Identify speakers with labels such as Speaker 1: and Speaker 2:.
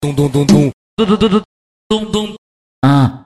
Speaker 1: 咚咚咚咚
Speaker 2: 咚咚咚咚咚咚
Speaker 3: 啊！